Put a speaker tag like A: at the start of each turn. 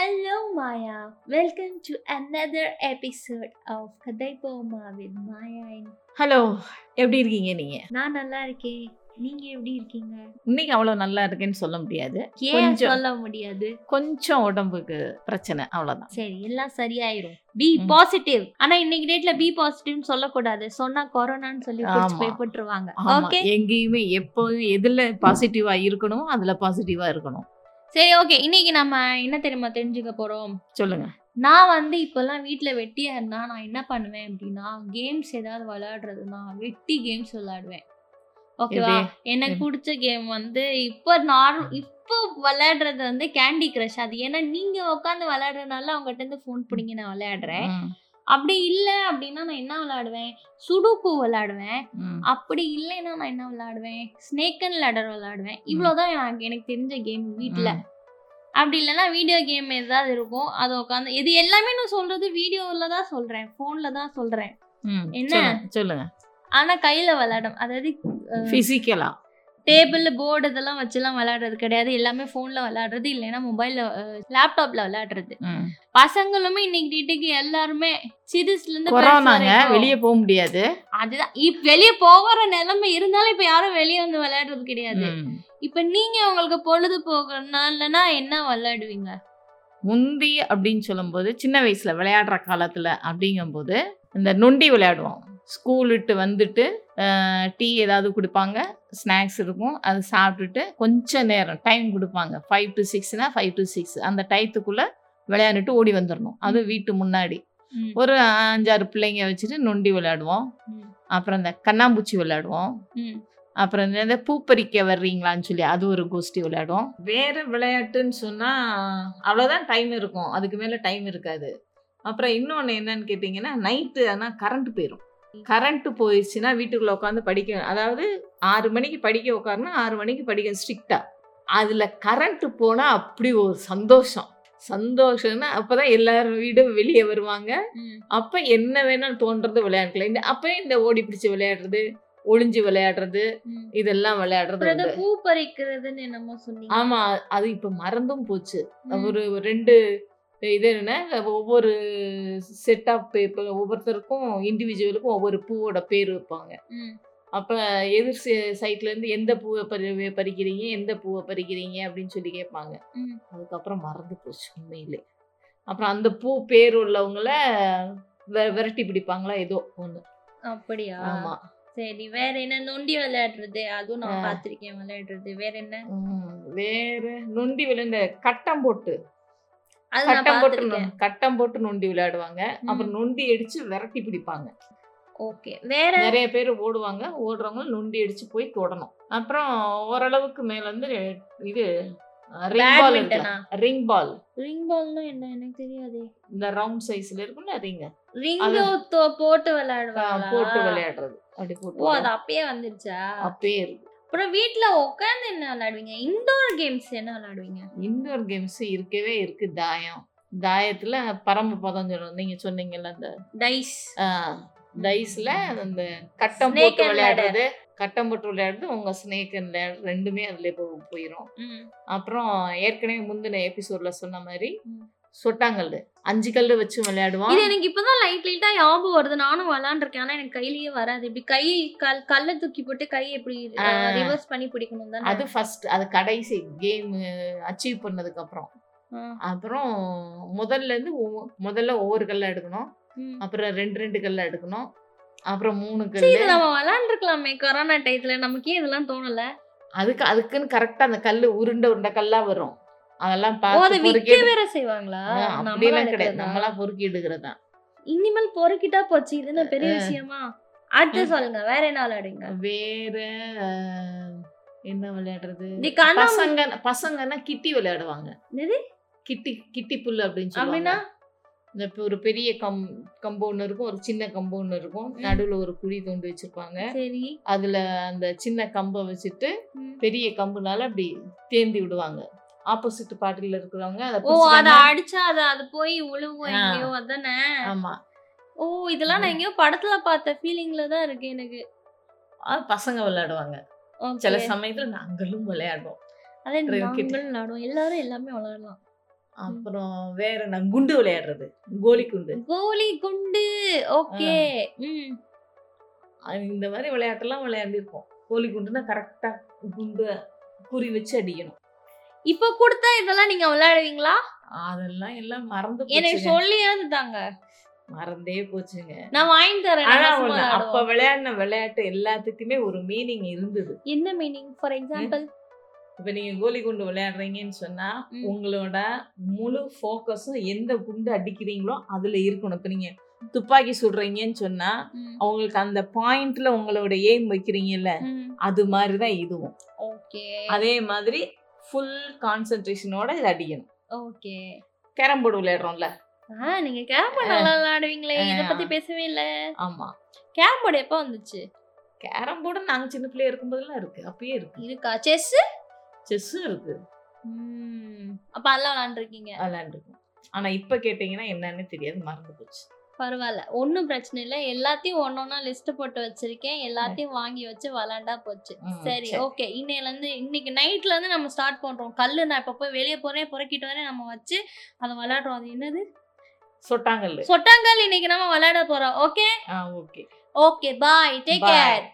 A: Hello, Maya. Welcome to another episode of கதை போமா with Maya. and-
B: hello எப்படி இருக்கீங்க நீங்க
A: நான் நல்லா இருக்கேன் நீங்க எப்படி இருக்கீங்க
B: இன்னைக்கு அவ்வளோ நல்லா இருக்குன்னு சொல்ல முடியாது
A: ஏன்
B: கொஞ்சம்.
A: சொல்ல முடியாது
B: கொஞ்சம் உடம்புக்கு பிரச்சனை அவ்வளோதான்
A: சரி எல்லாம் சரியாயிரும் பி
B: ம்.
A: பாசிட்டிவ் ஆனா இன்னைக்கு டேட்ல பி பாசிட்டிவ்னு சொல்லக்கூடாது சொன்னா கொரோனான்னு சொல்லி புடிச்சு
B: ஆமா.
A: போய் போட்டுருவாங்க
B: ஆமா
A: ஓகே
B: எங்கேயுமே எப்போதும் எதுல பாசிட்டிவா இருக்கணும் அதுல பாசிட்டிவா இருக்கணும்
A: சரி ஓகே இன்னைக்கு நம்ம என்ன தெரியுமா தெரிஞ்சுக்க போறோம்
B: சொல்லுங்க
A: நான் வந்து இப்போல்லாம் வீட்டில் வெட்டியா இருந்தா நான் என்ன பண்ணுவேன் அப்படின்னா கேம்ஸ் ஏதாவது விளையாடுறதுனா வெட்டி கேம்ஸ் விளையாடுவேன் ஓகேவா எனக்கு
B: எப்படி?
A: பிடிச்ச கேம் வந்து இப்போ நார்ம் இப்போ விளையாடுறது வந்து கேண்டி கிரஷ் அது ஏன்னா நீங்க உட்காந்து விளையாடுறதுனால அவங்ககிட்ட இருந்து ஃபோன் பிடிங்கி நான் விளையாடுறேன்
B: ம்,
A: அப்படி இல்லை அப்படின்னா நான் என்ன விளையாடுவேன் சுடுக்கு விளையாடுவேன்
B: ம்.
A: அப்படி இல்லைன்னா நான் என்ன விளையாடுவேன் ஸ்னேக் அண்ட் ladder விளையாடுவேன் இவ்வளோதான் எனக்கு எனக்கு தெரிஞ்ச கேம் வீட்டில்
B: ம்.
A: அப்படி இல்லைன்னா வீடியோ கேம் ஏதாவது இருக்கும் அதை உட்காந்து இது எல்லாமே நான் சொல்றது வீடியோல தான் சொல்றேன் போன்ல தான் சொல்றேன்
B: ம்,
A: என்ன?
B: சொல்லுங்க, சொல்லுங்க
A: ஆனா கையில விளையாடும் அதாவது
B: பிசிக்கலா
A: டேபிள் போர்டு இதெல்லாம் வச்சுலாம் விளையாடுறது கிடையாது எல்லாமே போன்ல விளையாடுறது இல்லைன்னா மொபைல்ல லேப்டாப்ல விளையாடுறது பசங்களுமே இன்னைக்கு டேட்டுக்கு எல்லாருமே சீரியஸ்ல இருந்து
B: கொரோனாங்க வெளியே போக முடியாது
A: அதுதான் இப்ப வெளியே போகிற நிலைமை இருந்தாலும் இப்ப யாரும் வெளியே வந்து விளையாடுறது கிடையாது
B: ம்.
A: இப்ப நீங்க உங்களுக்கு பொழுது போகணும்னா என்ன விளையாடுவீங்க
B: முந்தி அப்படின்னு சொல்லும்போது சின்ன வயசுல விளையாடுற காலத்துல அப்படிங்கும்போது இந்த நொண்டி விளையாடுவோம் ஸ்கூல் விட்டு வந்துட்டு டீ ஏதாவது கொடுப்பாங்க ஸ்நாக்ஸ் இருக்கும் அது சாப்பிட்டுட்டு கொஞ்ச நேரம் டைம் கொடுப்பாங்க ஃபைவ் டு சிக்ஸ்னா ஃபைவ் டு சிக்ஸ் அந்த டயத்துக்குள்ள விளையாண்டுட்டு ஓடி வந்துடணும் அது வீட்டு முன்னாடி
A: ம்,
B: ஒரு அஞ்சாறு பிள்ளைங்க வச்சுட்டு நொண்டி விளையாடுவோம்
A: ம்,
B: அப்புறம் இந்த கண்ணாம்பூச்சி விளையாடுவோம்
A: ம்.
B: அப்புறம் இந்த- இந்த பூப்பறிக்க வர்றீங்களான்னு சொல்லி அது ஒரு கோஷ்டி விளையாடும் வேற விளையாட்டுன்னு சொன்னா அவ்வளோதான் டைம் இருக்கும் அதுக்கு மேல டைம் இருக்காது அப்புறம் இன்னொன்று என்னன்னு கேட்டிங்கன்னா நைட்டு ஆனால் கரண்ட் போயிடும் கரண்ட் போயிடுச்சுன்னா வீட்டுக்குள்ள உட்காந்து படிக்க அதாவது ஆறு மணிக்கு படிக்க உட்காருனா ஆறு மணிக்கு படிக்க ஸ்ட்ரிக்டா அதுல கரண்ட் போனா அப்படி ஒரு சந்தோஷம் சந்தோஷம்னா அப்பதான் எல்லாரும் வீடும் வெளியே வருவாங்க
A: ம்.
B: அப்போ என்ன வேணாலும் தோன்றது விளையாடலாம் இந்த அப்பவே இந்த ஓடி பிடிச்சு விளையாடுறது ஒளிஞ்சு விளையாடுறது
A: ம்.
B: இதெல்லாம் விளையாடுறது
A: அப்புறம் ஏதோ
B: உண்டு.
A: பூ பறிக்கிறதுன்னு என்னமோ சொன்னீங்க
B: ஆமா அது இப்ப மறந்தும் போச்சு
A: ம்.
B: ஒரு ரெண்டு இது என்ன ஒவ்வொரு செட் ஆஃப் பேப்பர் ஒவ்வொருத்தருக்கும் இண்டிவிஜுவலுக்கும் ஒவ்வொரு பூவோட பேர் வைப்பாங்க
A: ம்.
B: அப்ப எதிர் சை- side ல இருந்து எந்த பூவை பறி பறிக்கிறீங்க எந்த பூவை பறிக்கிறீங்க அப்படின்னு சொல்லி கேட்பாங்க
A: ம்.
B: அதுக்கப்புறம் மறந்து போச்சு உண்மையிலே அப்புறம் அந்த பூ பேர் உள்ளவங்கள வெ- விரட்டி பிடிப்பாங்களா ஏதோ ஒண்ணு
A: அப்படியா
B: ஆமா
A: சரி வேற என்ன நொண்டி விளையாடுறது அதுவும் நான்
B: ஆ.
A: பாத்திருக்கேன் விளையாடுறது வேற என்ன
B: ம், வேற நொண்டி விளையாண்ட கட்டம் போட்டு
A: அது நான்
B: கட்டம் போட்டு
A: பாத்திருக்கேன்
B: நொ- கட்டம் போட்டு நொண்டி விளையாடுவாங்க அப்புறம் நொண்டி அடிச்சு விரட்டி பிடிப்பாங்க
A: ஓகே வேற
B: நிறைய பேர் ஓடுவாங்க ஓடுறவங்க நொண்டி அடிச்சு போய் தொடணும் அப்புறம் ஓரளவுக்கு மேல வந்து இது ரிங் பால்
A: பேட்மிண்டனா
B: ரிங் பால்
A: ரிங் பால்னா என்ன எனக்கு தெரியாதே
B: இந்த ரவுண்ட் சைஸ்ல இருக்கும்ல ரிங்க
A: ரிங்
B: அது-
A: போட்டு விளையாடுவாங்க
B: போட்டு விளையாடுறது அப்படி
A: ஓ அது
B: போட்டு விளையாடுறது.
A: அப்பயே வந்துருச்சா
B: அப்பே இருக்கு
A: அப்புறம் வீட்ல உட்காந்து என்ன விளையாடுவீங்க இன்டோர் கேம்ஸ் என்ன விளையாடுவீங்க
B: இன்டோர் கேம்ஸ் இருக்கவே இருக்கு தாயம் தாயத்துல பரமபதம் சொல்லுவோம் நீங்க சொன்னீங்கல்ல அந்த
A: டைஸ்
B: டைஸ்ல அந்த கட்டம்
A: Snake
B: போட்டு
A: and
B: விளையாடுறது கட்டம் போட்டு விளையாடுறது உங்க ஸ்னேக் அண்ட் லேடர் ரெண்டுமே அதுல போ போயிடும் அப்புறம் ஏற்கனவே முந்தின எபிசோட்ல சொன்ன மாதிரி
A: ம்.
B: சொட்டாங்கல்லு அஞ்சு கல்லு வச்சு விளையாடுவோம்
A: இது எனக்கு இப்பதான் லைட் லைட்டா ஞாபகம் வருது நானும் விளாண்டுருக்கேன் ஆனா எனக்கு கையிலேயே வராது இப்படி கை கல் கல்ல தூக்கி போட்டு கை எப்படி
B: ஆ.
A: ரிவர்ஸ் பண்ணி பிடிக்கணும் தானே
B: அது ஃபர்ஸ்ட் அது கடைசி கேம் அச்சீவ் பண்ணதுக்கு அப்புறம்
A: ஆ.
B: அப்புறம் முதல்ல இருந்து ஒவ்வொ- முதல்ல ஒவ்வொரு கல்ல எடுக்கணும்
A: ம்.
B: அப்புறம் ரெண்டு ரெண்டு கல்ல எடுக்கணும் அப்புறம் மூணு
A: சரி,
B: கல்லு
A: இது நம்ம விளாண்டுருக்கலாமே கொரோனா டயத்துல நமக்கு ஏன் இதெல்லாம் தோணல
B: அதுக்கு அதுக்குன்னு கரெக்டா அந்த கல்லு உருண்டை உருண்டை கல்லா வரும் அதெல்லாம்
A: ஓ அதை
B: பார்த்து
A: விக்க
B: பொறுக்கி
A: வேற செய்வாங்களா
B: ஆ,
A: நம்மளா
B: அப்படியெல்லாம் கிடையாது
A: எடுக்கிறதா?
B: நம்மளா பொறுக்கி எடுக்கிறதா
A: இனிமேல் பொறுக்கிட்டா போச்சு இது என்ன பெரிய
B: ஆ.
A: விஷயமா அடுத்து சொல்லுங்க வேற என்ன விளையாடுங்க
B: வேற அஹ், என்ன விளையாடுறது
A: இந்த கண்ணா
B: பசங்க பசங்கன்னா கிட்டி விளையாடுவாங்க
A: என்னது?
B: கிட்டி கிட்டி புல் அப்படின்னு
A: அப்படின்னா
B: சொல்லுவாங்க இந்த இப்ப ஒரு பெரிய கம் கம்பு ஒன்று இருக்கும் ஒரு சின்ன கம்பு ஒன்று இருக்கும்
A: ம்.
B: நடுவுல ஒரு குழி தோண்டி வச்சிருப்பாங்க
A: சரி
B: அதுல அந்த சின்ன கம்பை வச்சுட்டு
A: ம்.
B: பெரிய கம்புனால அப்படி தேந்தி விடுவாங்க ஆப்போசிட் பார்ட்டில இருக்கிறவங்க அதை
A: ஓ அத
B: பிடிச்சிட்டாங்க.
A: அடிச்சா அத அது போய் உழுவும்
B: ஆ.
A: எங்கேயோ அதானே
B: ஆமா
A: ஓ இதெல்லாம் நான் எங்கேயோ படத்துல பார்த்த ஃபீலிங்ல தான் இருக்கு எனக்கு
B: அது பசங்க விளையாடுவாங்க
A: Okay.
B: சில சமயத்துல நாங்களும் விளையாடுவோம்
A: அது
B: cricket.
A: நாங்களும் விளையாடுவோம் எல்லாரும் எல்லாமே விளையாடலாம்
B: அப்புறம் வேற என்ன குண்டு விளையாடுறது கோலி குண்டு
A: கோலி குண்டு ஓகே ம்
B: அது இந்த மாதிரி விளையாட்டெல்லாம் விளையாண்டிருக்கோம் கோலி குண்டுன்னா கரெக்டா குண்டு குறி வச்சு அடிக்கணும்
A: இப்ப கொடுத்தா இதெல்லாம் நீங்க விளையாடுவீங்களா
B: அதெல்லாம் எல்லாம் மறந்து
A: எனக்கு
B: போச்சுங்க.
A: சொல்லியாவது தாங்க
B: மறந்தே போச்சுங்க
A: நான் வாங்கி தரேன்
B: ஆனா
A: நாங்க சும்மா
B: ஒண்ணு, அப்ப
A: விளையாடுவோம்.
B: விளையாடின விளையாட்டு எல்லாத்துக்குமே ஒரு மீனிங் இருந்தது
A: என்ன மீனிங் ஃபார் எக்ஸாம்பிள்
B: இப்ப நீங்க கோலி குண்டு விளையாடுறீங்கன்னு சொன்னா
A: ம்.
B: உங்களோட முழு ஃபோக்கஸும் எந்த குண்டு அடிக்கிறீங்களோ அதுல இருக்கணும் இப்ப நீங்க துப்பாக்கி சுடுறீங்கன்னு சொன்னா அவங்களுக்கு அந்த பாயிண்ட்ல உங்களோட எய்ம் வைக்கிறீங்கல்ல அது மாதிரி தான் இதுவும்
A: ஓகே
B: அதே மாதிரி ஃபுல் கான்சென்ட்ரேஷனோட இது அடிக்கணும்
A: ஓகே
B: கேரம் போர்டு விளையாடுறோம்ல
A: ஆ நீங்க கேரம் போர்டு நல்லா விளையாடுவீங்களே
B: ஆ.
A: இத பத்தி பேசவே இல்ல
B: ஆமா
A: கேரம் போர்டு எப்ப வந்துச்சு
B: கேரம் போர்டு நாங்க சின்ன பிள்ளையா இருக்கும்போதெல்லாம் இருக்கு அப்பயே இருக்கு
A: இருக்கா செஸ்
B: செஸ்ஸும் இருக்கு
A: அப்ப அதெல்லாம் விளையாண்டுருக்கீங்க
B: விளையாண்டுருக்கோம் ஆனா இப்ப கேட்டீங்கன்னா என்னன்னு தெரியாது மறந்து போச்சு
A: பரவாயில்ல ஒன்றும் பிரச்சனை இல்லை எல்லாத்தையும் ஒன்னொன்னா லிஸ்ட் போட்டு வச்சிருக்கேன் எல்லாத்தையும் வாங்கி வச்சு விளாண்டா போச்சு
B: ம்,
A: சரி
B: சரி.
A: ஓகே இன்னையில இருந்து இன்னைக்கு நைட்ல இருந்து நம்ம ஸ்டார்ட் பண்றோம் கல்லு நான் இப்ப போய் வெளியே போறேன் புறக்கிட்டு வரேன் நம்ம வச்சு அதை விளையாடுறோம் அது என்னது
B: சொட்டாங்கல்லு
A: சொட்டாங்கல் இன்னைக்கு நம்ம விளையாட போறோம் ஓகே
B: ஆ okay
A: okay bye take
B: Bye.
A: Care